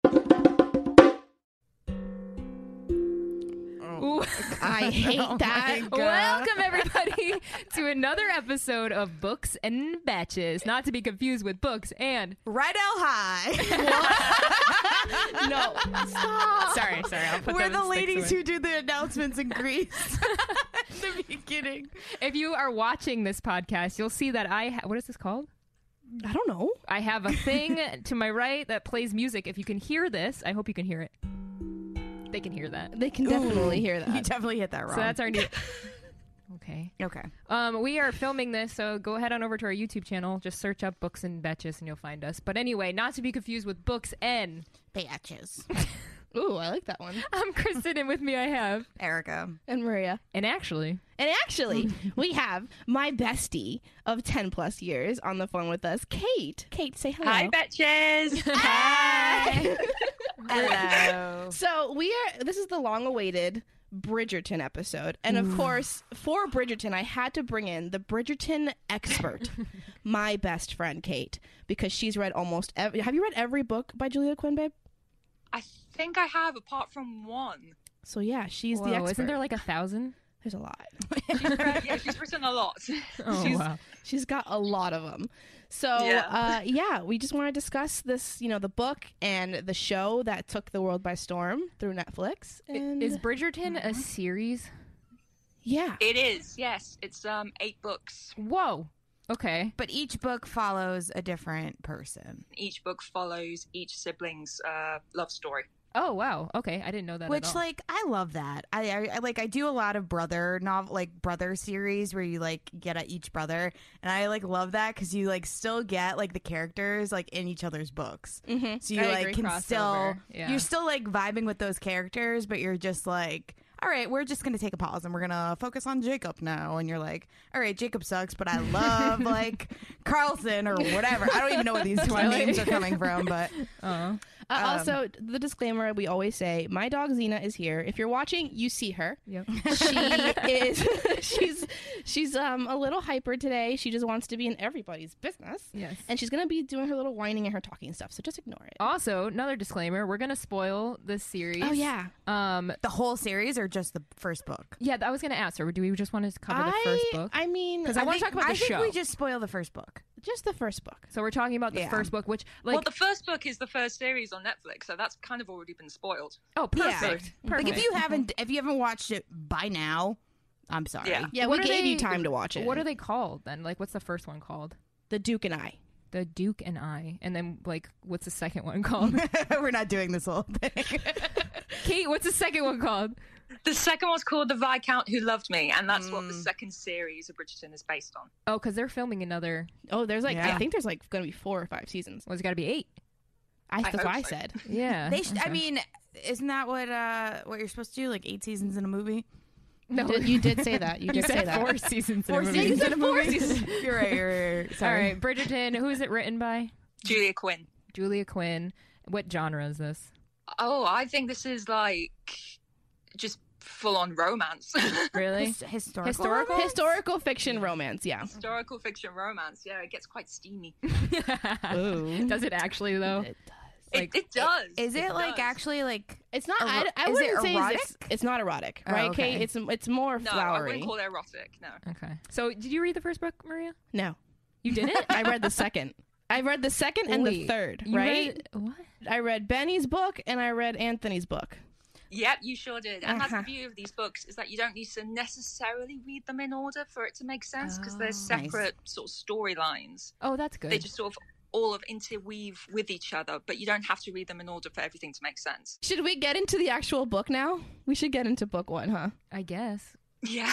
Oh I hate that. Welcome, everybody, to another episode of Books and Batches. Not to be confused with Books and. Right out high. No. Sorry, sorry. I'll put We're them in the sticks ladies away. who do the announcements in Greece. In the beginning. if you are watching this podcast, you'll see that I. Ha- what is this called? I don't know. I have a thing to my right that plays music. If you can hear this, I hope you can hear it. They can hear that. They can definitely hear you that. definitely hit that wrong. So that's our new. Okay. okay. Um, we are filming this, so go ahead on over to our YouTube channel. Just search up Books and Betches and you'll find us. But anyway, not to be confused with Books N. Batches. Ooh, I like that one. I'm Kristen, and with me I have. Erica. And Maria. And actually, And actually, we have my bestie of 10 plus years on the phone with us, Kate. Kate, say hello. Hi, bitches. Hi. Hello. so, we are, this is the long awaited Bridgerton episode. And of course, for Bridgerton, I had to bring in the Bridgerton expert, my best friend, Kate, because she's read almost every. Have you read every book by Julia Quinn, babe? I think I have, apart from one. So, yeah, she's Whoa, the expert. isn't there like a thousand? There's a lot. She's read, yeah, she's written a lot. Oh She's- wow! She's got a lot of them. So, Yeah. uh, yeah, we just want to discuss this, you know, the book and the show that took the world by storm through Netflix. And Is Bridgerton a series? yeah, It is, yes. It's um eight books. Whoa. Okay. But each book follows a different person, Each book follows each sibling's uh, love story. Oh wow. Okay, I didn't know that. at which all. like I love that. I, I I- like I do a lot of brother novel like brother series where you like get at each brother, and I like love that because you like still get like the characters like in each other's books, mm-hmm. so you I like agree, can still crossover, yeah. you're still like vibing with those characters, but you're just like. All right, we're just gonna take a pause and we're gonna focus on Jacob now. And you're like, all right, Jacob sucks, but I love like Carlson or whatever. I don't even know where these two Twilight. names are coming from, but Oh. uh, also the disclaimer we always say: my dog Xena is here. If you're watching, you see her. Yep. She is. She's she's um a little hyper today. She just wants to be in everybody's business, Yes. and she's gonna be doing her little whining and her talking stuff. So just ignore it. Also, another disclaimer: we're gonna spoil the series. Oh yeah, Um. the whole series or just the first book? Yeah, I was gonna ask her. Do we just want to cover the I first book? I mean, Because I want to think- talk about the I think show. we just spoil the first book. just the first book. so we're talking about the Yeah. first book, which like well, the first book is the first series on Netflix, so that's kind of already been spoiled. oh Yeah. perfect. perfect. Like if you haven't if you haven't watched it by now, I'm sorry. Yeah. Yeah, What we are gave they- you time to watch it. what are they called then? Like what's the first one called? The Duke and I. The Duke and I, and then like what's the second one called? We're not doing this whole thing. Kate, what's the second one called? The second one's called The Viscount Who Loved Me, and that's what the second series of Bridgerton is based on. Oh, because they're filming another. Oh, there's like I Yeah. think there's like going to be four or five seasons. Well, it's got to be eight. I, that's hope what I so. said. Yeah. They should, I okay. mean, isn't that what uh what you're supposed to do? Like eight seasons in a movie? no, Did- you did say that. You you did said say that. four seasons. in a Four movie. seasons in a movie. you're right, you're right, you're right. All Sorry. right, Bridgerton. Who is it written by? Julia Quinn. Julia Quinn. What genre is this? Oh, I think this is like just full on romance. Really? His- historical. Historical? romance? Historical fiction romance, yeah. Historical fiction romance. Yeah, it gets quite steamy. Ooh. Does it actually though? It does. Like- it, it does. Is it, like does. actually like It's not. Ero- I, I is it wouldn't say it's, erotic? it's not erotic, Oh, right, okay. Kate? It's it's more No, I flowery. wouldn't call it erotic. No. Okay. So, did you read the first book, Maria? no, You didn't. I read the second. I read the second and the Wait, third. You right? read- what? I read Benny's book and I read Anthony's book. Yep, you sure did. And that's Uh-huh. the beauty of these books is that you don't need to necessarily read them in order for it to make sense because Oh. they're Nice. separate sort of storylines. Oh, that's good. They just sort of all of interweave with each other, but you don't have to read them in order for everything to make sense. Should we get into the actual book now? We should get into book one, huh? I guess. Yeah.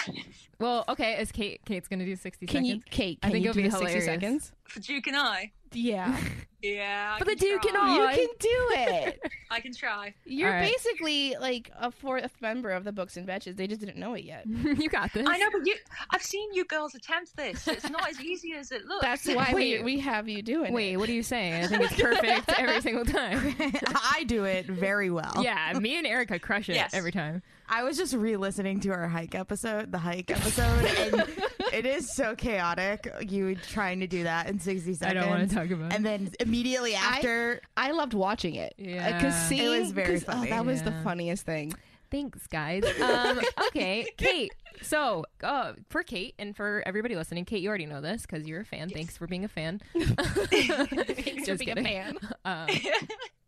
Well, okay. Is Kate? Kate's gonna do sixty Can seconds. you, Kate? I Can think you it'll be do the sixty hilarious. seconds? For Duke and I. Yeah, Yeah. I For the can Duke and try. I. you can do it. I can try. You're All right. basically like a fourth member of the Books and Betches. They just didn't know it yet. you got this. I know, but you I've seen you girls attempt this. It's not as easy as it looks. That's why we, Wait. we have you doing it. Wait, what are you saying? I think it's perfect every single time. I do it very well. Yeah, me and Erica crush it Yes. every time. I was just re-listening to our hike episode, the hike episode, and it is so chaotic. You trying to do that in sixty I seconds. don't want to talk about it. And then immediately after, I loved watching it. Yeah. because seeing It was very 'cause, oh, funny. that was the Yeah. funniest thing. Thanks, guys. Um, okay, Kate. So, uh, for Kate and for everybody listening, Kate, you already know this because you're a fan. Thanks for being a fan. Thanks for being a fan. Um,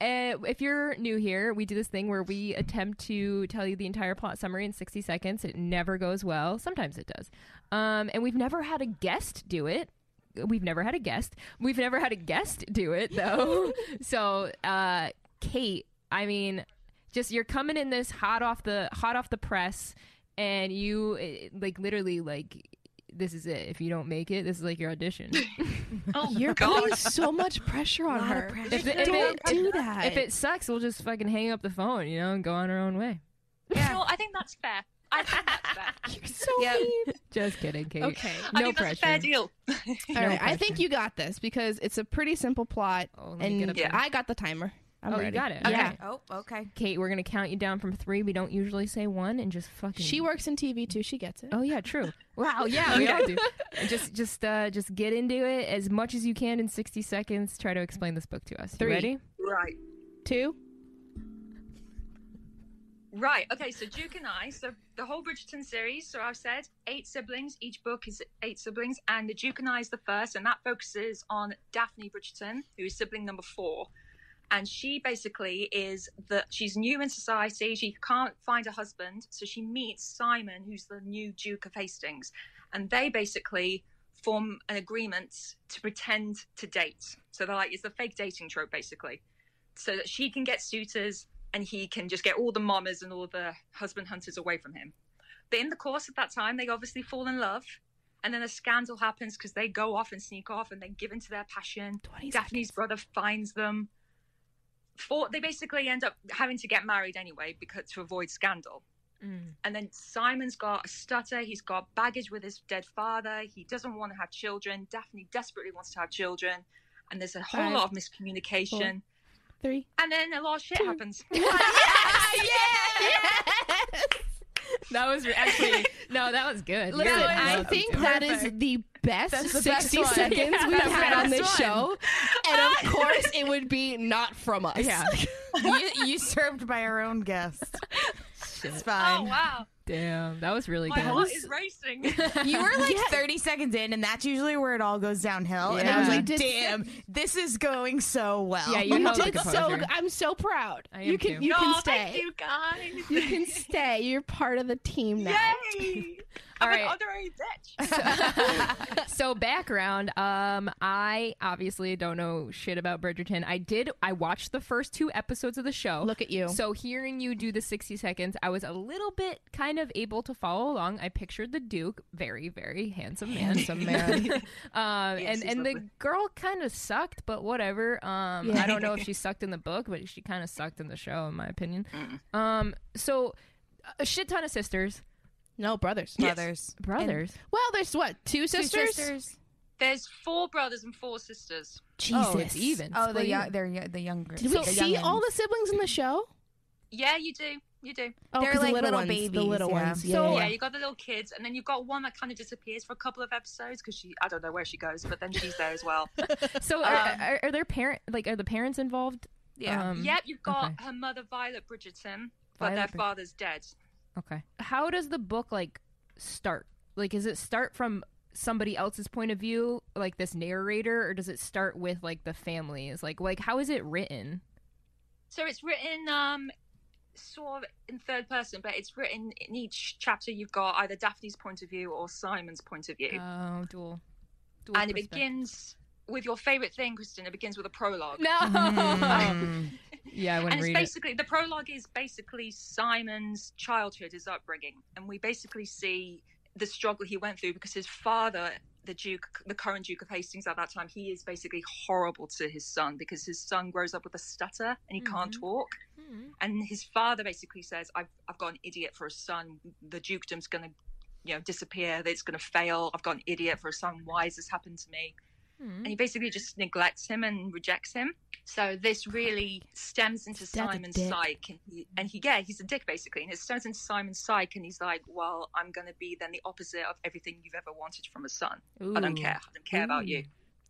uh, if you're new here, we do this thing where we attempt to tell you the entire plot summary in 60 seconds. It never goes well. Sometimes it does. Um, and we've never had a guest do it. We've never had a guest. We've never had a guest do it, though. so, uh, Kate, I mean, just you're coming in this hot off the hot off the press and you eh, like literally like this is it if you don't make it this is like your audition Oh, you're God. putting so much pressure on her. if it, if Don't it- do that. if it sucks we'll just fucking hang up the phone you know and go on our own way Sure, I think that's fair. I think that's fair. so just kidding kate Okay. I no think pressure that's a fair deal. All right, I pressure. think you got this because it's a pretty simple plot, Oh, let me get and up there. I got the timer. I'm oh you ready. got it Okay. yeah Oh, okay. kate we're gonna count you down from three we don't usually say one and just fucking She works in TV too. She gets it. Oh yeah, true. Wow, yeah, we all do. Just, just, uh, just get into it as much as you can in sixty seconds. Try to explain this book to us. You Three. ready? Right. Two. Right. Okay. So Duke and I. So the whole Bridgerton series. So I've said eight siblings. Each book is eight siblings, and the Duke and I is the first, and that focuses on Daphne Bridgerton, who is sibling number four. And she basically is the she's new in society. She can't find a husband, so she meets Simon, who's the new Duke of Hastings, and they basically form an agreement to pretend to date. So they're like it's the fake dating trope, basically so that she can get suitors and he can just get all the mamas and all the husband hunters away from him. But in the course of that time, they obviously fall in love. And then a scandal happens because they go off and sneak off and they give into their passion. 20 Daphne's brother finds them. For, they basically end up having to get married anyway because to avoid scandal. And then Simon's got a stutter. He's got baggage with his dead father. He doesn't want to have children. Daphne desperately wants to have children. And there's a whole Five, lot of miscommunication. Three. And then a lot of shit happens. That was re- actually no, that was good. Listen, You're I welcome think to. that is the best That's the best 60 one. seconds Yeah, we've that's the had on best this one. show. And of course, it would be not from us. yeah. you, you served by our own guest. It's fine. Oh wow, Damn, that was really my good. heart is racing. You were like 30 seconds in, and that's usually where it all goes downhill. And I was Yeah. like, You did- damn, this is going so well. Yeah, You held the did so. composure. I'm so proud. I am you can too. you no, can thank stay. you guys. You. can stay. You're part of the team now. Yay! I'm All an right. honorary bitch. so background um i obviously don't know shit about bridgerton i did i watched the first two episodes of the show Look at you. so hearing you do the 60 seconds i was a little bit kind of able to follow along i pictured the duke very very handsome man handsome man um and he's and the lovely. girl kind of sucked but whatever um Yeah. i don't know if she sucked in the book but she kind of sucked in the show in my opinion Mm. um so a shit ton of sisters No brothers. Brothers. brothers Well, there's what two sisters. There's four brothers and four sisters. Jesus. oh it's even Oh, Split the, young, even. they're, yo- the younger. Did we the see youngins. all the siblings in the show? Yeah, you do. You do. Oh, They're 'cause like the little, little ones, The babies, little yeah. ones. Yeah, So yeah, yeah, yeah. you got the little kids, and then you've got one that kind of disappears for a couple of episodes because she—I don't know where she goes, but then she's there as well. So are, are, are there parent like are the parents involved? Yeah. Um, yep, you've got okay. her mother Violet Bridgerton, but Violet their Brid- father's dead. Okay. How does the book like start? Like, is it start from somebody else's point of view, like this narrator, or does it start with like the family? Is like like how is it written? So it's written um sort of in third person, but it's written in each chapter you've got either Daphne's point of view or Simon's point of view. Oh, dual. dual and it perspective. begins with your favorite thing, Kristen. It begins with a prologue. No. Oh. Mm. Mm-hmm. yeah, I and wouldn't it's read it. basically the prologue is basically Simon's childhood, his upbringing, and we basically see the struggle he went through because his father, the Duke, the current Duke of Hastings at that time, he is basically horrible to his son because his son grows up with a stutter and he can't talk. Hmm. And his father basically says, "I've I've got an idiot for a son. The dukedom's going to, you know, disappear. It's going to fail. I've got an idiot for a son. Why has this happened to me?" Mm-hmm. And he basically just neglects him and rejects him. So this really stems into dad's a Simon's dick. psyche, and he, and he, yeah, he's a dick basically, and it stems into Simon's psyche, and he's like, "Well, I'm going to be then the opposite of everything you've ever wanted from a son. I don't Ooh. care. I don't care about you."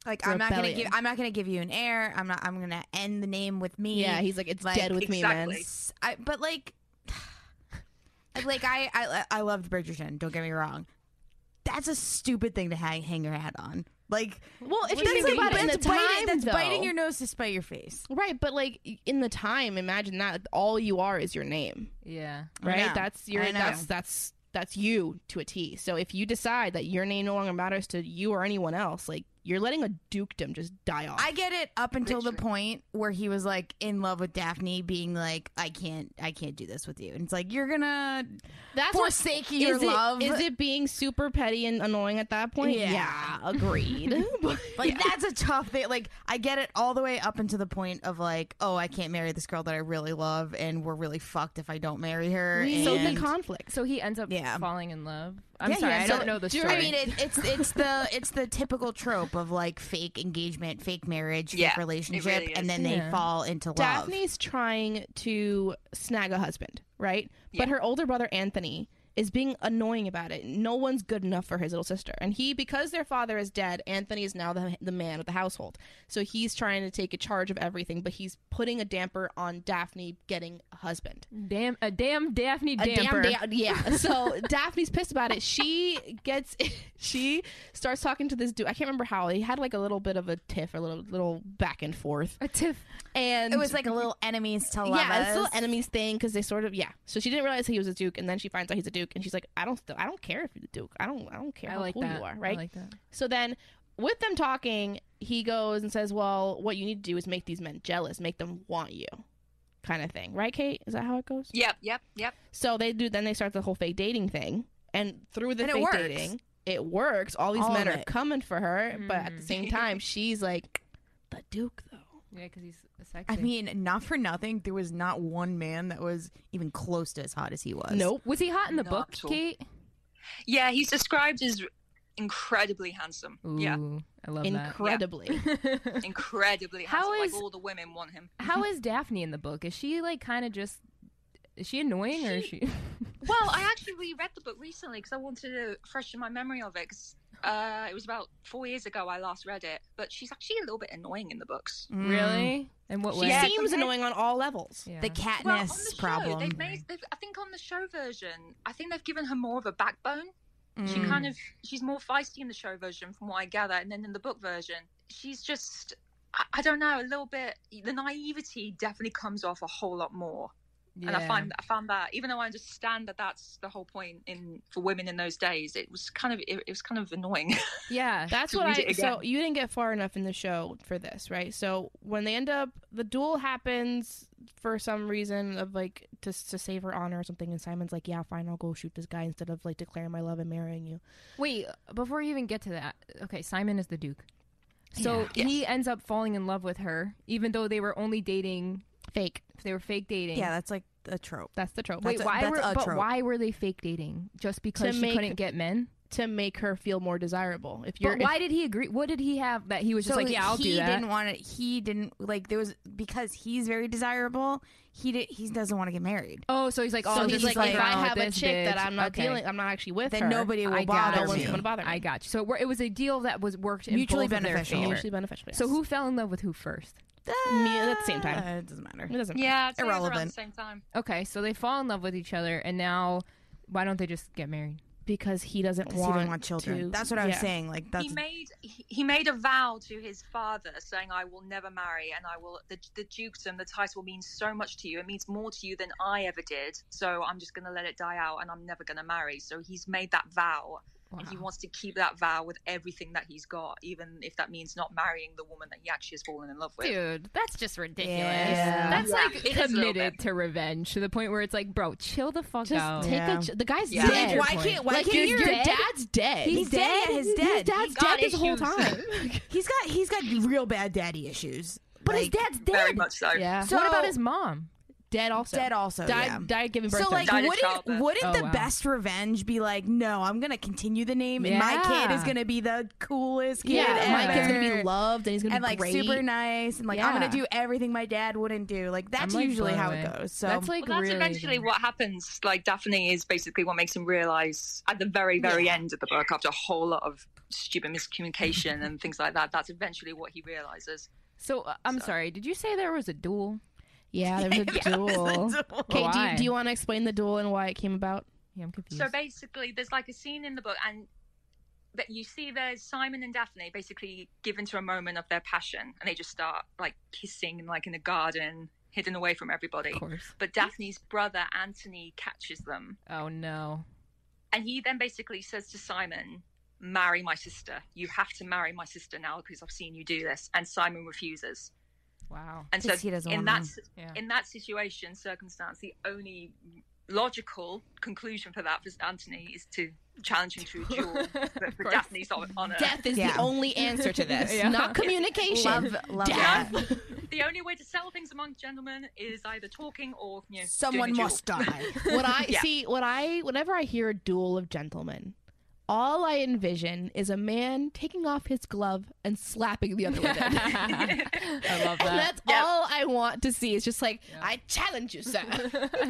Like I'm not gonna Rebellion. give I'm not gonna give you an heir. I'm not I'm gonna end the name with me. Yeah, he's like it's Like, dead with me, man. exactly. S- I- but like like I, I I loved Bridgerton. Don't get me wrong. That's a stupid thing to hang, hang your hat on. Like, Well, if you that's think like about it in the that's biting, time, that's though. biting your nose to spite your face. Right, but like in the time, imagine that like, all you are is your name, Yeah. right? know. That's your I know. that's that's that's you to a T. So if you decide that your name no longer matters to you or anyone else, like you're letting a dukedom just die off. I get it up until the point where he was like in love with Daphne, being like, I can't, I can't do this with you. And it's like you're gonna that's what- forsake your is love. It, is it being super petty and annoying at that point? Yeah. agreed. But- Like that's a tough thing. Like I get it all the way up into the point of like, oh, I can't marry this girl that I really love, and we're really fucked if I don't marry her. so the and- conflict. So he ends up Yeah. falling in love. I'm Yeah, he sorry, I ends don't up- know the Do you story. know what I mean, it, it's it's the it's the typical trope of like fake engagement, fake marriage, Yeah, it fake really relationship, is. and then Yeah. they fall into love. Daphne's trying to snag a husband, right? But Yeah. her older brother Anthony is being annoying about it. No one's good enough for his little sister. And he because their father is dead, Anthony is now the the man of the household. So he's trying to take a charge of everything, but he's putting a damper on Daphne getting a husband. damn, a damn Daphne A damn damper. da- yeah. So Daphne's pissed about it. She gets, she starts talking to this dude. I can't remember how they had like a little bit of a tiff, a little little back and forth, a tiff. and It was like a little enemies to love. yeah, it's still enemies thing because they sort of yeah. So she didn't realize he was a duke, and then she finds out he's a duke, and she's like, I don't, I don't care if you're the duke. I don't, I don't care I how like cool that. you are, right? I like that. So then, with them talking, he goes and says, "Well, what you need to do is make these men jealous, make them want you." Kind of thing, right, Kate? Is that how it goes? Yep, yep, yep. So they do. Then they start the whole fake dating thing, and through the And it fake works. dating, it works. All these All men of are it. Mm-hmm. coming for her, but at the Mm. same time, she's like the Duke, though. Yeah, because he's sexy. I mean, not for nothing, there was not one man that was even close to as hot as he was. Nope. was he hot in the Not book, at all. Kate? Yeah, he's described as incredibly handsome. Yeah, Ooh, I love Incredibly. that. incredibly How handsome. is- Like all the women want him. How is Daphne in the book? Is she like kind of just? Is she annoying or is she? Well, I actually reread the book recently because I wanted to freshen my memory of it. 'cause, uh, it was about four years ago I last read it, but she's actually a little bit annoying in the books. Mm. really? And what She way? Yeah, seems sometimes- annoying on all levels. Yeah. The Well, on catness the show, problem. they've made. They've, I think on the show version, I think they've given her more of a backbone. She Mm. kind of she's more feisty in the show version, from what I gather, and then in the book version, she's just. I, I don't know, a little bit. The naivety definitely comes off a whole lot more, and I Yeah. find I found that even though I understand that that's the whole point in for women in those days, it was kind of it, it was kind of annoying. Yeah. That's To what read I. it So you didn't get far enough in the show for this, right? So when they end up, the duel happens for some reason of like to to save her honor or something, and Simon's like, "Yeah, fine, I'll go shoot this guy instead of like declaring my love and marrying you." Wait, before you even get to that, okay, Simon is the Duke. So Yeah. he ends up falling in love with her, even though they were only dating. Fake. They were fake dating. yeah, that's like a trope. That's the trope. Wait, That's a- why that's were a but trope. why were they fake dating? Just because she make- couldn't get men? to make her feel more desirable. If you're but why did he agree? What did he have that he was just so like, yeah, I'll he do that. didn't want to. He didn't like there was because he's very desirable. He did. He doesn't want to get married. oh, so he's like, oh, so this he's is like, what's if wrong I with have a this chick that bitch. I'm not Okay. dealing, I'm not actually with Then her. nobody will I got bother no one's you. going to me. bother me. I got you. So it wor- it was a deal that was worked in Mutually both of their beneficial. favor. mutually beneficial. yes. So who fell in love with who first? Me at the same time. Uh, It doesn't matter. It doesn't. yeah, say it was around the around the Irrelevant. same time. Okay, so they fall in love with each other, and now why don't they just get married? because he doesn't Because want. he didn't want children. to- that's what I was yeah. saying. Like that's he made he he made a vow to his father saying i will never marry and i will the, the dukedom the title means so much to you it means more to you than i ever did so i'm just going to let it die out and i'm never going to marry so he's made that vow and he Wow. wants to keep that vow with everything that he's got even if that means not marrying the woman that he actually has fallen in love with Dude, that's just ridiculous. Yeah. That's Yeah, like it is a little committed bit. to revenge to the point where it's like, bro, chill the fuck Just out. take Yeah. a. Ch- the guy's Yeah. dead. Why can't why like can't your, you- your dad's dead. He's dead. His dad. dad's He's got dead this whole issues. time. He's got he's got real bad daddy issues. but his Like, dad's dead. very much so yeah. what about So- his mom? dead also. dead also. Died. yeah. Died giving birth. So to like, him. Died of wouldn't childbirth. wouldn't Oh, the wow. best revenge be like, no, I'm gonna continue the name, and my kid is Yeah. gonna be the coolest kid. yeah, ever. my kid's gonna be loved and he's gonna and be like great. super nice, and like I'm Yeah. gonna do everything my dad wouldn't do. Like that's like, usually blown how away. it goes. So that's like well, that's really eventually what happens. Like Daphne is basically what makes him realize at the very, very end of the book, after a whole lot of stupid miscommunication and things like that. That's eventually what he realizes. So uh, I'm So- sorry. Did you say there was a duel? Yeah, there was a duel. Okay, do you, Why? do you want to explain the duel and why it came about? Yeah, I'm confused. So basically, there's like a scene in the book, and that you see there's Simon and Daphne basically given to a moment of their passion, and they just start like kissing, like in a garden, hidden away from everybody. of course. But Daphne's brother Anthony catches them, Oh no. and he then basically says to Simon, "Marry my sister. You have to marry my sister now because I've seen you do this." And Simon refuses. Wow. And so Because he doesn't in want that them. s- Yeah. in that situation, circumstance, the only logical conclusion for that for Anthony is to challenge him to a duel. But for course. Daphne's on, on a, Death is Yeah. the only answer to this, Yeah. not communication. Love, love Death. that. the only way to settle things among gentlemen is either talking or you know, Someone doing a must die. What I Yeah. see, what I, whenever I hear a duel of gentlemen, all I envision is a man taking off his glove and slapping the other with it. I love And that. that's Yeah. all I want to see. It's just like, I challenge you, sir. I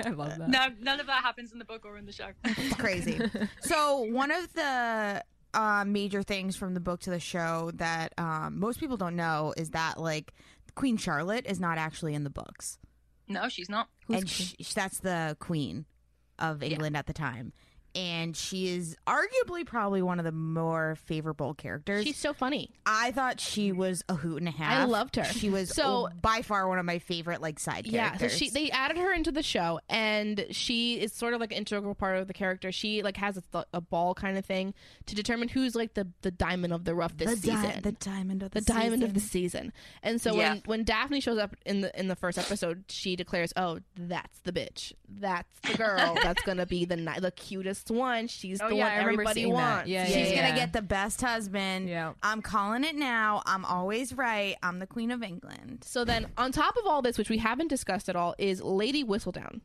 love that. duel. No, none of that happens in the book or in the show. It's crazy. So one of the uh, major things from the book to the show that um, most people don't know is that like Queen Charlotte is not actually in the books. No, she's not. and she, that's the queen of England at the time. And she is arguably probably one of the more favorable characters. She's so funny. I thought she was a hoot and a half. I loved her. She was So- so by far one of my favorite like side Yeah, characters. so she they added her into the show, and she is sort of like an integral part of the character. She like has a, th- a ball kind of thing to determine who's like the the diamond of the rough this the, di- season, the diamond of the, the diamond of the season. season. And so Yeah. when when Daphne shows up in the in the first episode, she declares, "Oh, that's the bitch. That's the girl that's gonna be the ni- the cutest one. She's Oh, the yeah, one I remember everybody seeing that. wants. Yeah, She's yeah, gonna yeah. get the best husband. Yeah. I'm calling it now. I'm always right. I'm the queen of England. So then, on top of all this, which we haven't discussed at all, is Lady Whistledown.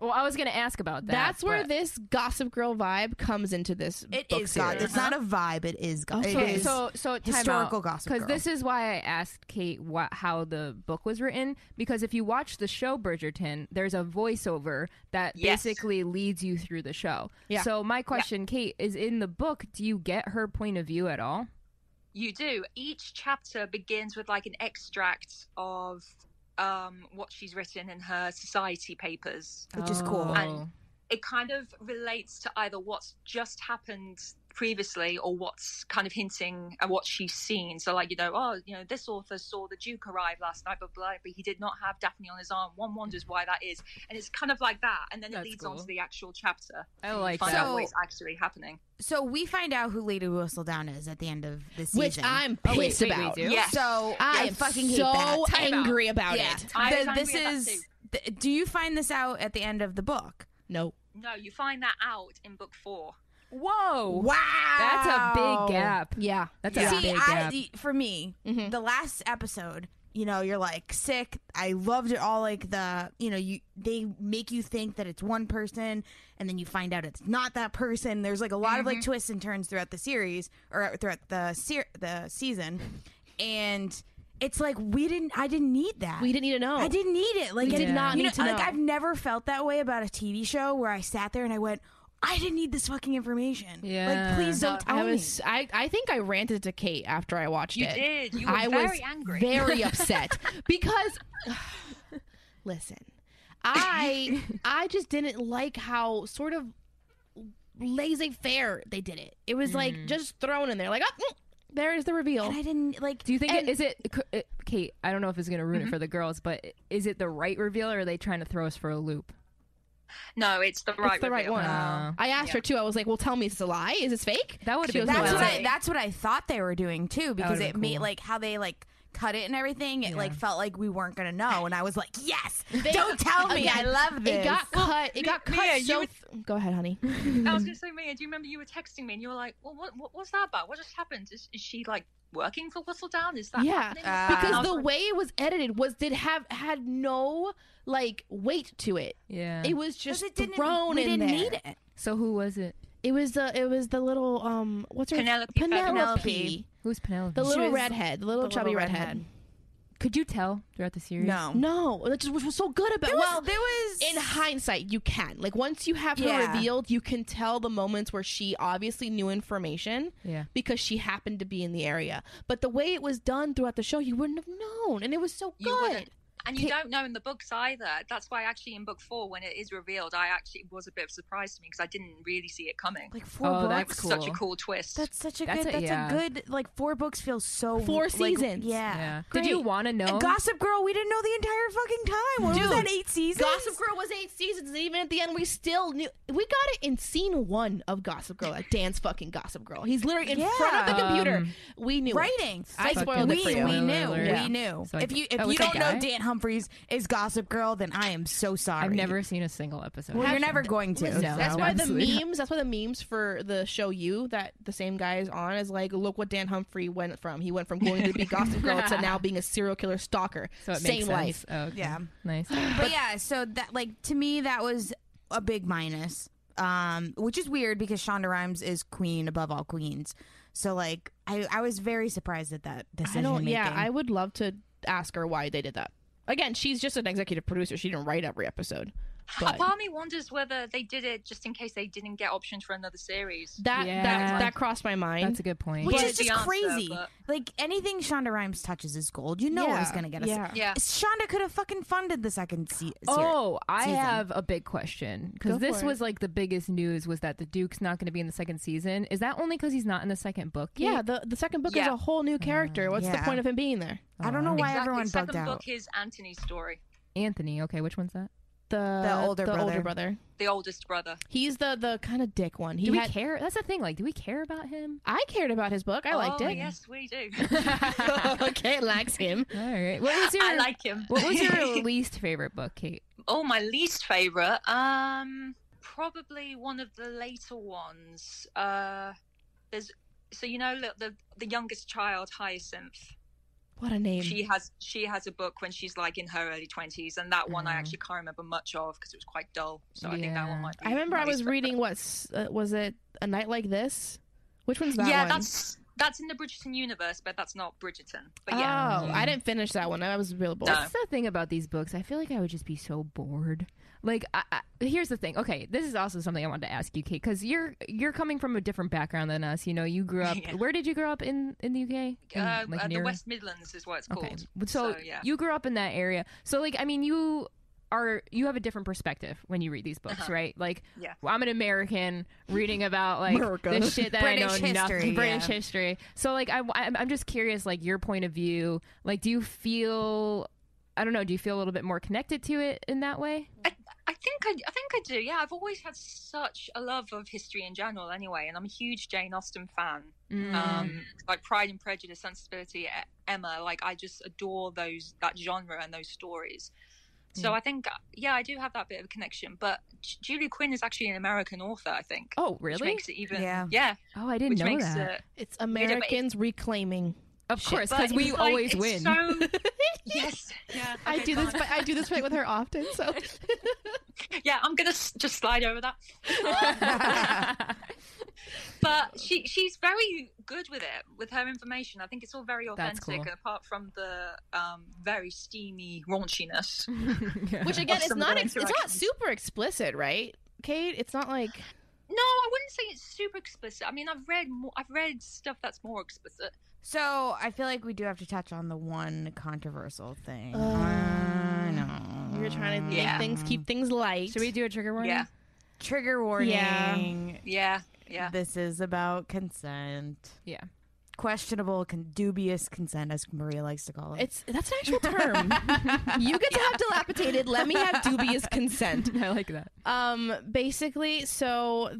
Well, I was gonna ask about that. That's where but- this Gossip Girl vibe comes into this. It book is God. series. It's not a vibe. It is God. Okay, It Okay, is. so so time historical out, Gossip Girl. this is why I asked Kate wha- how the book was written because if you watch the show Bridgerton, there's a voiceover that Yes. basically leads you through the show. Yeah. So my question, Kate, is in the book, do you get her point of view at all? You do. Each chapter begins with like an extract of um, what she's written in her society papers. Which is cool. Oh. And- It kind of relates to either what's just happened previously or what's kind of hinting at what she's seen. So, like, you know, oh, you know, this author saw the Duke arrive last night, but, blah, but he did not have Daphne on his arm. One wonders why that is. And it's kind of like that. And then it That's leads on cool. to the actual chapter. I like Find that. out So- what's actually happening. so we find out who Lady Whistledown is at the end of this which season. I'm Oh, wait, pissed wait, about. we do? Yes. So I I am fucking hate so that. Time out. angry about yeah. it. I was The- this angry at that is. th- do you find this out at the end of the book? No, No, you find that out in book four. Whoa. Wow, Oh. That's a big gap. yeah, That's a See, big I, gap. for me, Mhm. the last episode, you know, you're like sick. I loved it all. Like the, you know, you they make you think that it's one person, and then you find out it's not that person. There's like a lot of like twists and turns throughout the series or throughout the ser- the season, and it's like we didn't. I didn't need that. we didn't need to know. I didn't need it. Like We it- did not you need know, to know. Like I've never felt that way about a TV show where I sat there and I went, I didn't need this fucking information. Yeah. Like please don't tell I me. was. I, I think I ranted to Kate after I watched You it. did. You were I very was angry. very upset because listen, I I just didn't like how sort of laissez faire they did it. It was like just thrown in there, like oh, mm, there's the reveal. and I didn't like. do you think and- it, is it c- it- Kate? I don't know if it's going to ruin it for the girls, but is it the right reveal or are they trying to throw us for a loop? No, it's the right. it's the right reveal. one. Wow. I asked her too. I was like, "Well, tell me, is this a lie? Is this fake?" That would've She been goes, that's cool. what "Well, I. That's what I thought they were doing too, because would've it been made cool. like how they like cut it and everything. It like felt like we weren't gonna know, and I was like, yes, don't tell me. Again, I love this. It got cut. It got Mia, cut you so. would- th- Go ahead, honey. I was going to say, Mia, do you remember you were texting me and you were like, "Well, what, what what's that about? What just happened? Is, is she like working for Whistledown? Is that Yeah, happening?" uh, And I because was the like, way it was edited was did have had no like weight to it. Yeah. It was just 'Cause it didn't, thrown we in didn't there. need it. so who was it? It was the it was the little um what's her Penelope Penelope, Penelope. Who's Penelope? the little was redhead, the little the chubby little redhead. Could you tell throughout the series? No, No, that just was, was so good about. There was, well, there was in hindsight, you can like once you have her Yeah. revealed, you can tell the moments where she obviously knew information. Yeah. because she happened to be in the area. But the way it was done throughout the show, you wouldn't have known, and it was so You good. wouldn't. And you don't know in the books either. That's why actually in book four, when it is revealed, I actually it was a bit of a surprise to me because I didn't really see it coming. Like four Oh, books. it that's was such a cool. cool twist. That's such a That's good. a- that's yeah. a good. Like four books feels so Four like, seasons. yeah. Yeah. Did you want to know? And Gossip Girl, we didn't know the entire fucking time. What was Dude, that? Eight seasons. Gossip Girl was eight seasons, and even at the end, we still knew. We got it in scene one of Gossip Girl, like Dan's fucking Gossip Girl. He's literally in front of the Yeah. computer. Um, we knew. it. writing. I Fucking spoiled it for Oh, we, you. we knew. Spoiler alert. We knew. So I- if you oh, if you it's a don't know guy? Dan Humphries is Gossip Girl, then I am so sorry. I've never seen a single episode. Well, you're never going to. Listen, so. That's No, why the absolutely not. memes. That's why the memes for the show you that the same guy is on is like, look what Dan Humphrey went from. He went from going to be Gossip Girl to now being a serial killer stalker. So it same makes sense. life. Oh, okay. Yeah. Nice. but yeah, so that like to me that was a big minus. Um, which is weird because Shonda Rhimes is queen above all queens. So like I, I was very surprised at that decision I don't. making. Yeah, I would love to ask her why they did that. Again, she's just an executive producer. She didn't write every episode. A But part of me wonders whether they did it just in case they didn't get options for another series. that Yeah. that that crossed my mind. That's a good point. which Yeah, is the just answer, crazy. but- Like anything Shonda Rhimes touches is gold. You know yeah. it was gonna get us. Yeah. yeah. Shonda could have fucking funded the second se- series. Oh, I season. have a big question Go because this for it. was like the biggest news was that the Duke's not going to be in the second season. Is that only because he's not in the second book? Kate? Yeah, the the second book is Yeah. a whole new character. Mm, What's yeah. the point of him being there? I don't know why Exactly. everyone Second bugged out. book is Anthony's story, Anthony. Okay, which one's that? The The older the older brother. brother. the oldest brother. He's the the kind of dick one. He Do we had. care? That's the thing. Like, do we care about him? I cared about his book. I liked oh, it. Yes, we do. okay, likes him. All right. What was your I like him. What was your least favorite book, Kate? Oh, my least favorite. Um, probably one of the later ones. Uh, there's so you know look, the the youngest child, Hyacinth. What a name. She has she has a book when she's like in her early twenties, and that Mm-hmm. one I actually can't remember much of because it was quite dull. So I think that Yeah. one might. Be I remember my I was least favorite. reading what s- uh, was it? A night like this. Which one's that yeah, one? that's that's in the Bridgerton universe, but that's not Bridgerton. But oh, yeah, I didn't finish that one. I was real bored. No. That's the thing about these books. I feel like I would just be so bored. Like, I, I, here's the thing. Okay, this is also something I wanted to ask you, Kate, because you're you're coming from a different background than us. You know, you grew up. Yeah. Where did you grow up in in the UK? Ah, In, uh, like, uh, the near- West Midlands is what it's Okay, called. so, yeah, you grew up in that area. So, like, I mean, you are you have a different perspective when you read these books, Uh-huh. right? Like, Yeah. well, I'm an American reading about like this shit that I know British nothing history, British yeah. history. So, like, I, I'm I'm just curious, like, your point of view. Like, do you feel I don't know. Do you feel a little bit more connected to it in that way? I think I, I think I do. Yeah, I've always had such a love of history in general, anyway, and I'm a huge Jane Austen fan. Mm. Um, like Pride and Prejudice, Sensibility, E- Emma. Like I just adore those that genre and those stories. So Mm. I think yeah, I do have that bit of a connection. But J- Julia Quinn is actually an American author, I think. oh, Which really? makes it even Yeah. yeah, oh, I didn't which know makes that. it It's Americans reclaiming. of course, but because we it's like- always it's win. so- yes, yeah. I okay, do go this. on. I do this fight with her often. So Yeah, I'm gonna s- just slide over that. but she she's very good with it with her information i think it's all very That's authentic cool. and apart from the um very steamy raunchiness Yeah. which again, Of it's some of not. the Ex- it's not interactions. super explicit, right? Kate, it's not like no i wouldn't say it's super explicit i mean i've read more i've read stuff that's more explicit So I feel like we do have to touch on the one controversial thing. Uh, I know. you're trying to Yeah. make things keep things light. should we do a trigger warning? yeah trigger warning. yeah yeah This is about consent. Yeah. Questionable, con- dubious consent, as Maria likes to call it. It's that's an actual term. you get to have dilapidated. Let me have dubious consent. I like that. Um, basically, so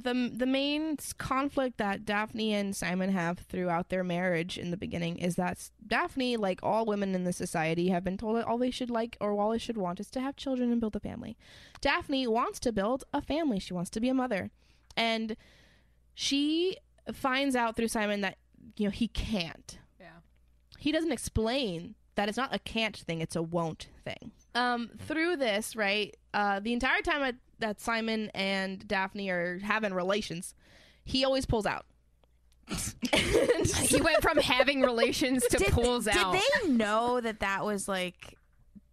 the the main s- conflict that Daphne and Simon have throughout their marriage in the beginning is that s- Daphne, like all women in the society, have been told that all they should like or all they should want is to have children and build a family. Daphne wants to build a family. She wants to be a mother, and she finds out through Simon that you know he can't. Yeah. He doesn't explain that it's not a can't thing; it's a won't thing. Um, through this, right, uh, the entire time that- that Simon and Daphne are having relations, he always pulls out. He went from having relations to pulls did out. they know that that was like,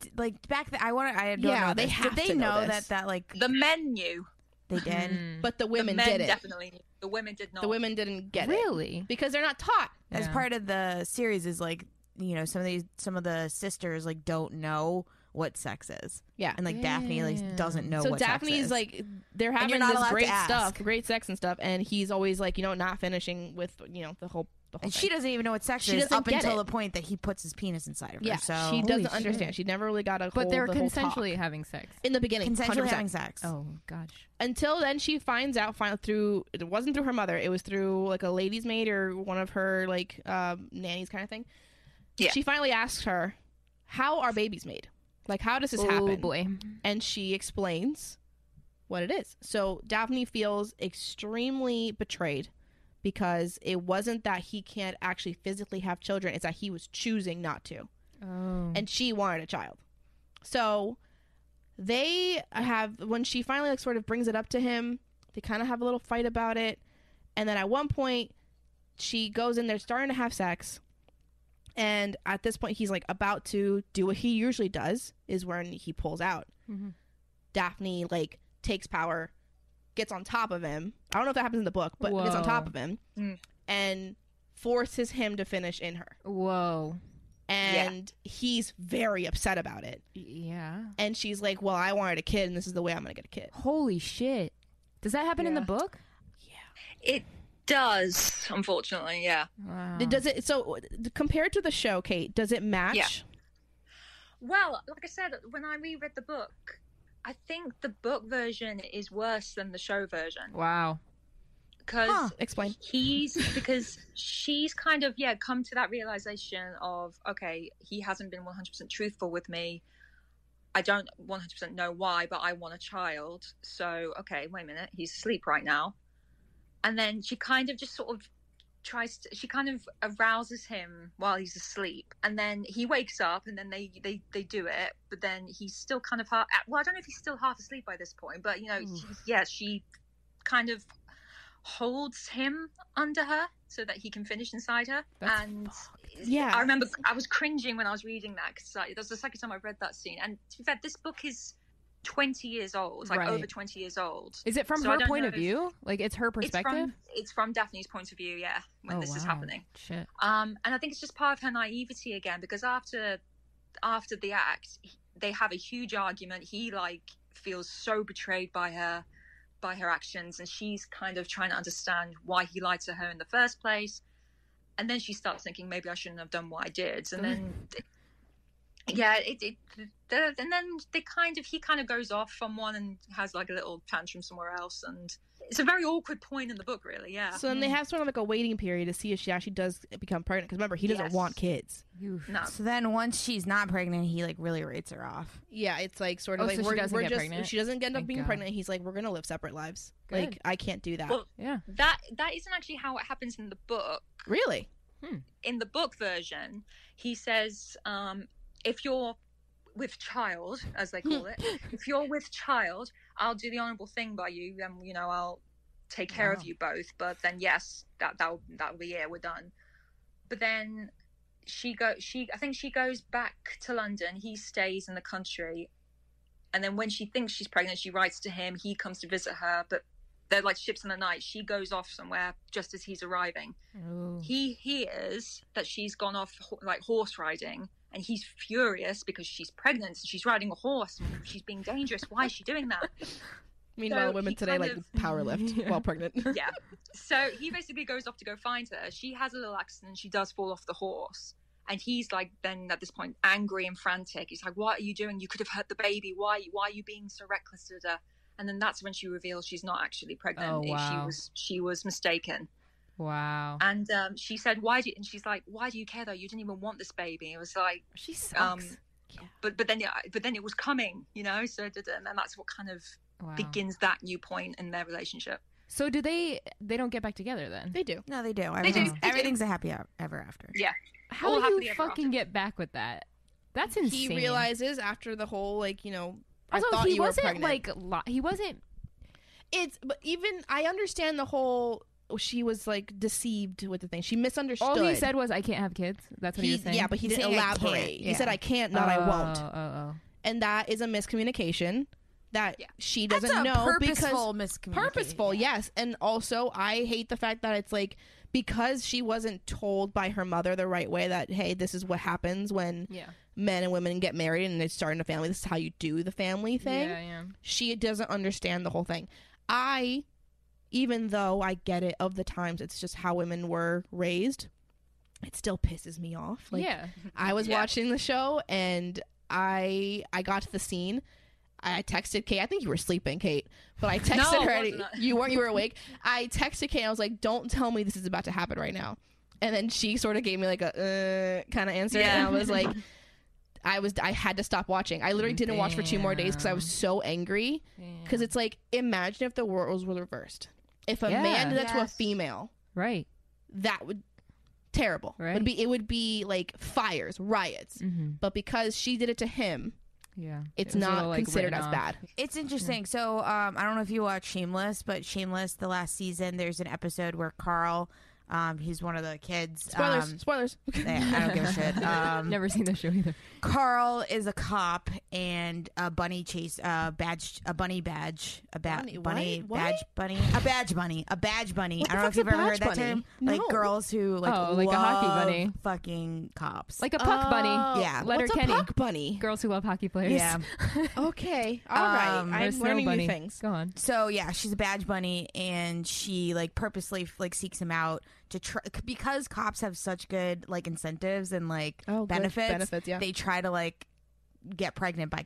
d- like back? The, I want. to I don't Yeah, know they this. have Did they to know this. that that like the men knew they did? Mm. but the women the men did it. definitely knew. the women did not The women didn't get it really? because they're not taught. As Yeah. part of the series is like you know some of these some of the sisters like don't know what sex is. Yeah. And like Daphne like doesn't know so what sex Daphne's is. like they're you're having not allowed this to great ask. stuff, great sex and stuff, and he's always like, you know, not finishing with you know the whole the whole and thing. she doesn't even know what sex She is doesn't up get until it. the point that he puts his penis inside of her. yeah, so she doesn't Holy understand. She never really got a But hold they're the whole talk. consensually having sex. in the beginning, consensually 100%. having sex. Oh gosh. until then she finds out final through it wasn't through her mother it was through like a lady's maid or one of her like um, nannies kind of thing Yeah. she finally asks her how are babies made like how does this Oh happen boy. and she explains what it is so daphne feels extremely betrayed because it wasn't that he can't actually physically have children it's that he was choosing not to Oh. and she wanted a child. So they have when she finally like sort of brings it up to him, they kind of have a little fight about it, and then at one point she goes in there starting to have sex. And at this point he's like about to do what he usually does is when he pulls out. Mhm. Daphne like takes power, gets on top of him. I don't know if that happens in the book, but gets on Whoa. top of him Mm. and forces him to finish in her Whoa. and he's very upset about it. Yeah. And she's like, "Well, I wanted a kid, and this is the way I'm gonna get a kid." Holy shit. Does that happen in the Yeah. book? It does, unfortunately, yeah. Wow. It Does it? So uh, compared to the show, Kate, does it match? Yeah. Well, like I said, when I reread the book, I think the book version is worse than the show version Wow. because Huh. Explain. he's because she's kind of yeah come to that realization of okay he hasn't been 100% truthful with me i don't 100% know why but i want a child so okay wait a minute he's asleep right now and then she kind of just sort of tries to she kind of arouses him while he's asleep and then he wakes up and then they they they do it but then he's still kind of half well i don't know if he's still half asleep by this point but you know Oof. she- yeah she kind of holds him under her so that he can finish inside her That's and Yeah. i remember i was cringing when i was reading that because like, that was the second time i read that scene and to be fair this book is 20 years old like Right. over 20 years old Is it from So I her don't point know of if- view? Like it's her perspective? it's from, it's from daphne's point of view yeah when Oh, this is wow. happening Shit. um, and I think it's just part of her naivety again because after after the act, he- they have a huge argument. He like feels so betrayed by her by her actions, and she's kind of trying to understand why he lied to her in the first place. And then she starts thinking maybe I shouldn't have done what I did. And then yeah, it, it the, and then they kind of he kind of goes off on one and has like a little tantrum somewhere else, and it's a very awkward point in the book, really. Yeah. So then they have sort of like a waiting period to see if she actually does become pregnant. Because remember, he doesn't Yes. want kids. Oof. no. So then once she's not pregnant, he like really rates her off. Yeah, it's like sort of Oh, like so she we're, doesn't we're get just pregnant? she doesn't end up Thank being God. pregnant. He's like, we're gonna live separate lives. Good. Like I can't do that. Well- Yeah. that that isn't actually how it happens in the book really? in the book version he says um if you're with child as they Hmm. call it if you're with child i'll do the honorable thing by you and you know i'll take care Wow. of you both but then yes that that'll that'll be it we're done but then she go she i think she goes back to london he stays in the country and then when she thinks she's pregnant she writes to him he comes to visit her but they're like ships in the night she goes off somewhere just as he's arriving Oh. he hears that she's gone off ho- like horse riding and he's furious because she's pregnant and she's riding a horse and she's being dangerous why is she doing that Meanwhile, So women he today kind like of- power lift Yeah. while pregnant. yeah so he basically goes off to go find her she has a little accident she does fall off the horse and he's like then at this point angry and frantic he's like what are you doing you could have hurt the baby why why are you being so reckless with her and then that's when she reveals she's not actually pregnant Oh, It- wow. she was she was mistaken Wow. and um, she said why do you and she's like why do you care though you didn't even want this baby it was like She um, sucks. but but then yeah, but then it was coming, you know. So it did- and that's what kind of wow. begins that new point in their relationship. So do they? They don't get back together then? they do. No, they do. They do, Everything's, they do. everything's a happy ev- ever after. Yeah. all How do happily you ever fucking after. get back with that? That's insane. He realizes after the whole like you know. I Also, thought he you were wasn't pregnant. like lo- he wasn't. it's but even I understand the whole oh, she was like deceived with the thing. She misunderstood. All he said was, "I can't have kids." That's what he, He- was saying. yeah, but he He's didn't saying, "I can't," elaborate. He yeah. said I can't, not I Oh, won't. oh, And that is a miscommunication that Yeah. she That's doesn't a know purposeful because Mm, miscommunication. purposeful, yes. And also I hate the fact that it's like because she wasn't told by her mother the right way that hey, this is what happens when Yeah. men and women get married and they start in a family. This is how you do the family thing. Yeah, yeah. She doesn't understand the whole thing. I, even though I get it of the times, it's just how women were raised. It still pisses me off. Like yeah. I was Yeah. watching the show and I I got to the scene. I texted Kate. I think you were sleeping, Kate. But I texted I her. wasn't. and- You weren't. You were awake. I texted Kate. I was like, "Don't tell me this is about to happen right now." And then she sort of gave me like a uh, kind of answer, and I was like, "I was. I had to stop watching. I literally didn't watch for two more days because I was so angry. Because it's like, imagine if the world was reversed. If a man Yeah. did that to a Yes. female, Right. that would terrible. Right. Would be it would be like fires, riots. Mm-hmm. But because she did it to him, Yeah. it's It was a not little, like, considered written as off. bad. It's interesting. So um, I don't know if you watch Shameless, but Shameless, the last season, there's an episode where Carl, um, he's one of the kids. Spoilers, Um, spoilers. yeah, I don't give a shit. Um, Never seen the show either. Carl is a cop and a bunny chase a badge a bunny badge a ba- Bunny- bunny, what? What? badge bunny a badge bunny a badge bunny. What I the don't know if fuck's a you've ever badge heard that bunny? term. No. Like girls who like Oh, like a hockey love bunny. fucking cops. Like a puck bunny. Yeah. Letter oh, What's Kenny. a puck bunny? Girls who love hockey players. yeah. Okay, all right. Um, Or I'm snow learning bunny. new things. Go on. So yeah, she's a badge bunny, and she like purposely like seeks him out to try because cops have such good like incentives and like Oh, good benefits. benefits, yeah. they try to like get pregnant by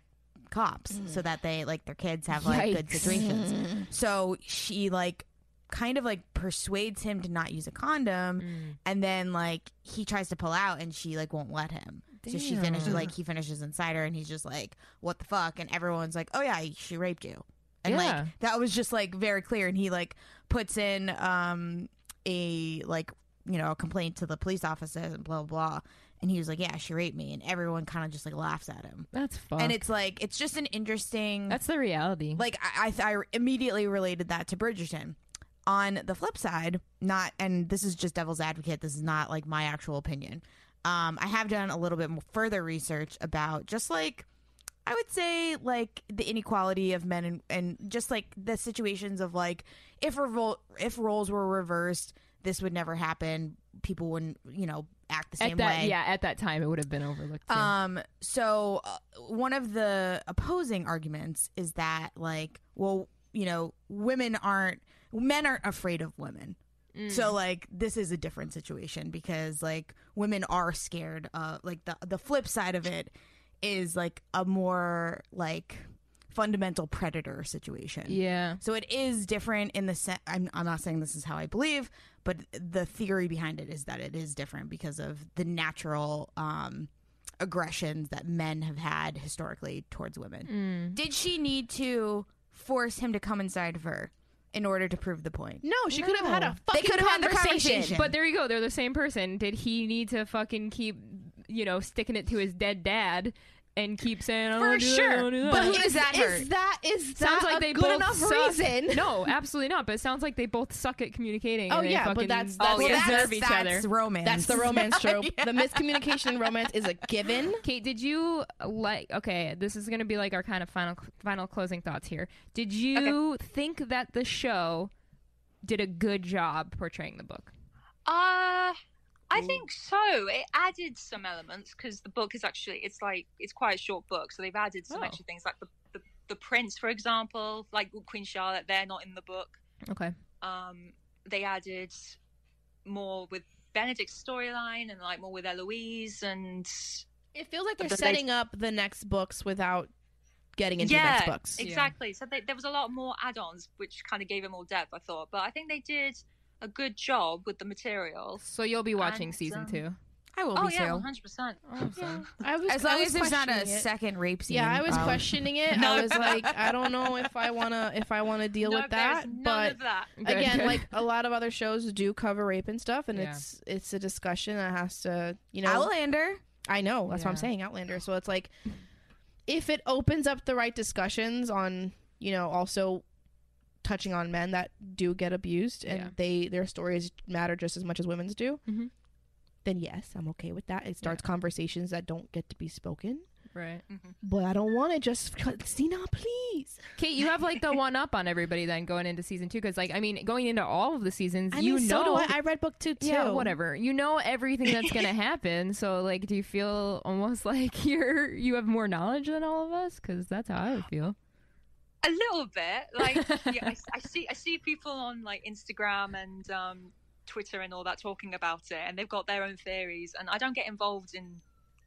cops so that they like their kids have like good Yikes. situations. so she like kind of like persuades him to not use a condom, Mm. Mm. and then like he tries to pull out, and she like won't let him. So she finishes like he finishes inside her, and he's just like, "What the fuck?" And everyone's like, "Oh yeah, she raped you." and Yeah. like that was just like very clear and he like puts in um a like you know a complaint to the police officer and blah blah blah and he was like yeah she raped me and everyone kind of just like laughs at him That's fun. and it's like it's just an interesting that's the reality. like I, I I immediately related that to Bridgerton. On the flip side, not and this is just devil's advocate. This is not like my actual opinion. Um, I have done a little bit more further research about just like I would say like the inequality of men and, and just like the situations of like if revol- if roles were reversed, this would never happen. People wouldn't you know act the same at that, way. yeah, at that time it would have been overlooked. too. Um, so uh, one of the opposing arguments is that, like, well, you know, women aren't, men aren't afraid of women. Hmm. Mm. So like this is a different situation because like women are scared of like the the flip side of it is like a more like fundamental predator situation. yeah. So it is different in the sense. I'm, I'm not saying this is how I believe, but the theory behind it is that it is different because of the natural um, aggressions that men have had historically towards women. Did she need to force him to come inside of her in order to prove the point? No, she could have had a fucking could have had the conversation. conversation. But there you go. They're the same person. Did he need to fucking keep, you know, sticking it to his dead dad and keep saying, I For don't do that, I sure. don't do But that." who does that hurt? Is that is that sounds like a they good both enough suck. reason? No, absolutely not. But it sounds like they both suck at communicating. Oh, and they yeah, but fucking that's- that's- all Well, that's- deserve each other. That's romance. That's the romance trope. The miscommunication in romance is a given. Kate, did you like? Okay, this is going to be like our kind of final final closing thoughts here. Did you think that the show did a good job portraying the book? Uh, I think so. It added some elements because the book is actually it's like it's quite a short book, so they've added some Oh. extra things like the, the the prince, for example, like Queen Charlotte. They're not in the book. Okay. Um, they added more with Benedict's storyline and like more with Eloise and It feels like they're But they- setting up the next books without getting into Yeah, the next books. it- Exactly. So they, there was a lot more add-ons, which kind of gave it more depth, I thought. But I think they did a good job with the material. So you'll be watching And, season um, two. I will oh be yeah, too. one hundred percent. I was, As I long was as there's not a questioning it. second rape scene. Yeah, I was um, questioning it. I No. was like, I don't know if I wanna if I wanna deal No, with there's that. none But of that. Good. again, like a lot of other shows do cover rape and stuff, and Yeah. it's it's a discussion that has to you know Outlander. I know that's what I'm Yeah. saying Outlander. So it's like if it opens up the right discussions on you know also touching on men that do get abused and Yeah. they their stories matter just as much as women's do. Mhm. Then yes, I'm okay with that. It starts conversations that don't get to be spoken. Right. But I don't want to just cut Cena, please. Kate, you have like the one up on everybody then going into season two because like I mean going into all of the seasons, I you mean, know so do I. I read book two too. Yeah, whatever. You know everything that's going to happen. So, like, do you feel almost like you're you have more knowledge than all of us? Because that's how I would feel. A little bit, like yeah, I, I see, I see people on like Instagram and um, Twitter and all that talking about it, and they've got their own theories, and I don't get involved in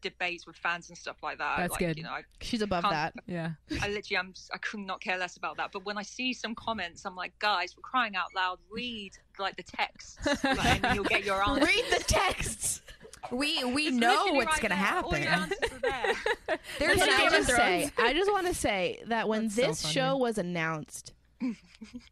debates with fans and stuff like that. That's like, good. You know, I, She's above that. Can't- Yeah, I literally, I'm, I could not care less about that. But when I see some comments, I'm like, guys, we're crying out loud. Read like the text, like, and you'll get your answer. Read the texts. We we It's Oh know literally what's right gonna there. All your happen. answers are there. There's Can an I Game of just Thrones. say, I just want to say that when That's so this funny. show was announced,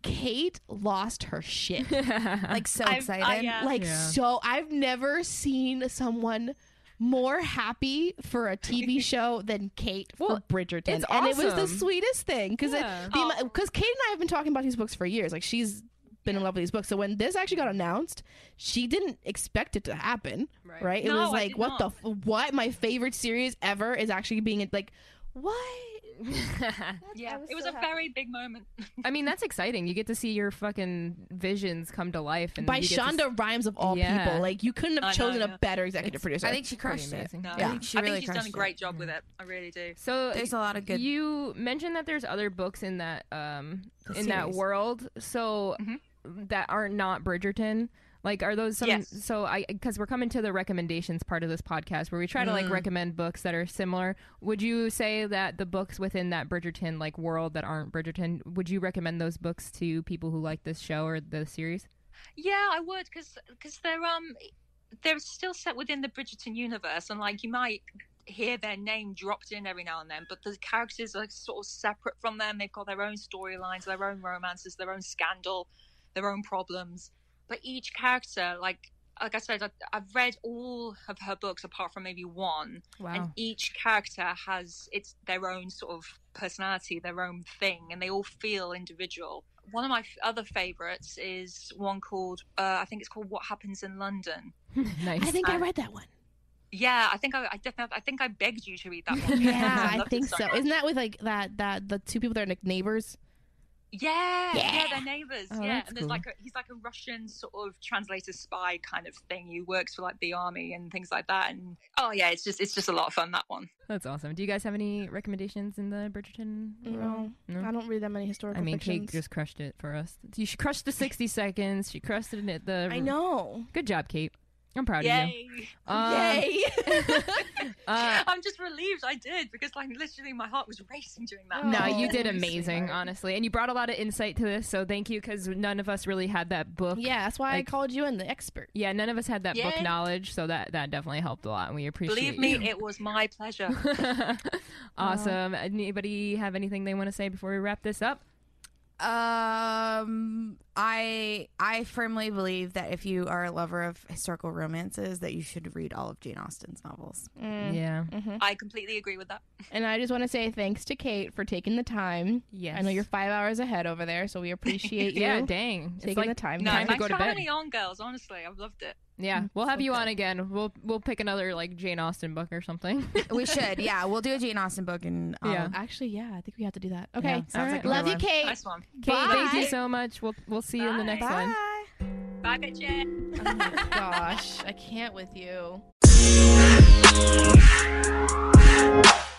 Kate lost her shit. Like so I- I, excited. yeah. Like Yeah. so, I've never seen someone more happy for a TV show than Kate Well, for Bridgerton, it's and it was the awesome. sweetest thing because Yeah. Aw. because Kate and I have been talking about these books for years. Like she's been in love with these books. So when this actually got announced, she didn't expect it to happen. Right? Right. It No, was I like, did what not. the f- what? My favorite series ever is actually being like, what? yeah, was it was so a very big moment. I mean that's exciting. You get to see your fucking visions come to life. And By you get to Shonda s- Rhimes of all Yeah. people. Like you couldn't have I know, chosen yeah. a better executive producer. I think she crushed it. amazing. No, Yeah. I think, She really she's done crushed a it. great job with it. I really do. So There's a lot of good. You mentioned that there's other books in that um in that series. Mm-hmm. world. So that are not Bridgerton. Like are those some Yes. so I cuz we're coming to the recommendations part of this podcast where we try to Mm. like recommend books that are similar. Would you say that the books within that Bridgerton like world that aren't Bridgerton, would you recommend those books to people who like this show or the series? Yeah, I would, because because they're um they're still set within the Bridgerton universe, and like you might hear their name dropped in every now and then, but the characters are sort of separate from them. They've got their own storylines, their own romances, their own scandal, their own problems. But each character, like like I said, I, I've read all of her books apart from maybe one, and each character has it's their own sort of personality their own thing and they all feel individual one of my f- other favorites is one called uh, i think it's called what happens in london nice. I think I Um, read that one. yeah i think i, I definitely i think i begged you to read that one Yeah, I loved it think so. much. Isn't that with like that that the two people that are like neighbors? yeah, yeah Yeah. they're neighbors Oh, yeah that's and there's cool. like a, he's like a russian sort of translator spy kind of thing who works for like the army and things like that and oh yeah it's just it's just a lot of fun that one That's awesome. Do you guys have any recommendations in the Bridgerton? Mm. Mm-hmm. world? No. I don't read that many historical. I mean, fictions. Kate just crushed it for us. You she crushed the 60 seconds. She crushed it at the. I know. Good job, Kate. I'm proud of you. yay Um, Yay! uh, I'm just relieved I did because like literally my heart was racing during that. no, Oh, you did I'm amazing, honestly, and you brought a lot of insight to this. So thank you, because none of us really had that book. yeah, that's why Like- I called you in the expert. Yeah, none of us had that book Yeah. knowledge, so that that definitely helped a lot, and we appreciate. Believe me, it was my pleasure. you. awesome. Anybody have anything they want to say before we wrap this up? Um, I I firmly believe that if you are a lover of historical romances, that you should read all of Jane Austen's novels. Mm. Yeah. I completely agree with that. Mm-hmm. And I just want to say thanks to Kate for taking the time. Yes. I know you're five hours ahead over there, so we appreciate you. Yeah. Dang. Taking the time. No, Time to thanks go to for bed. having me on, girls. Honestly, I've loved it. Yeah, we'll have you on again. We'll we'll pick another like Jane Austen book or something. We should, yeah, we'll do a Jane Austen book and um, Yeah. Actually, yeah, I think we have to do that. Okay. Yeah, sounds All like a Love good you, one. Kate. Nice one. Kate, thank you Bye. so much. We'll we'll see you in the Bye. next one. Bye. Bye, bitches. Oh my gosh, I can't with you.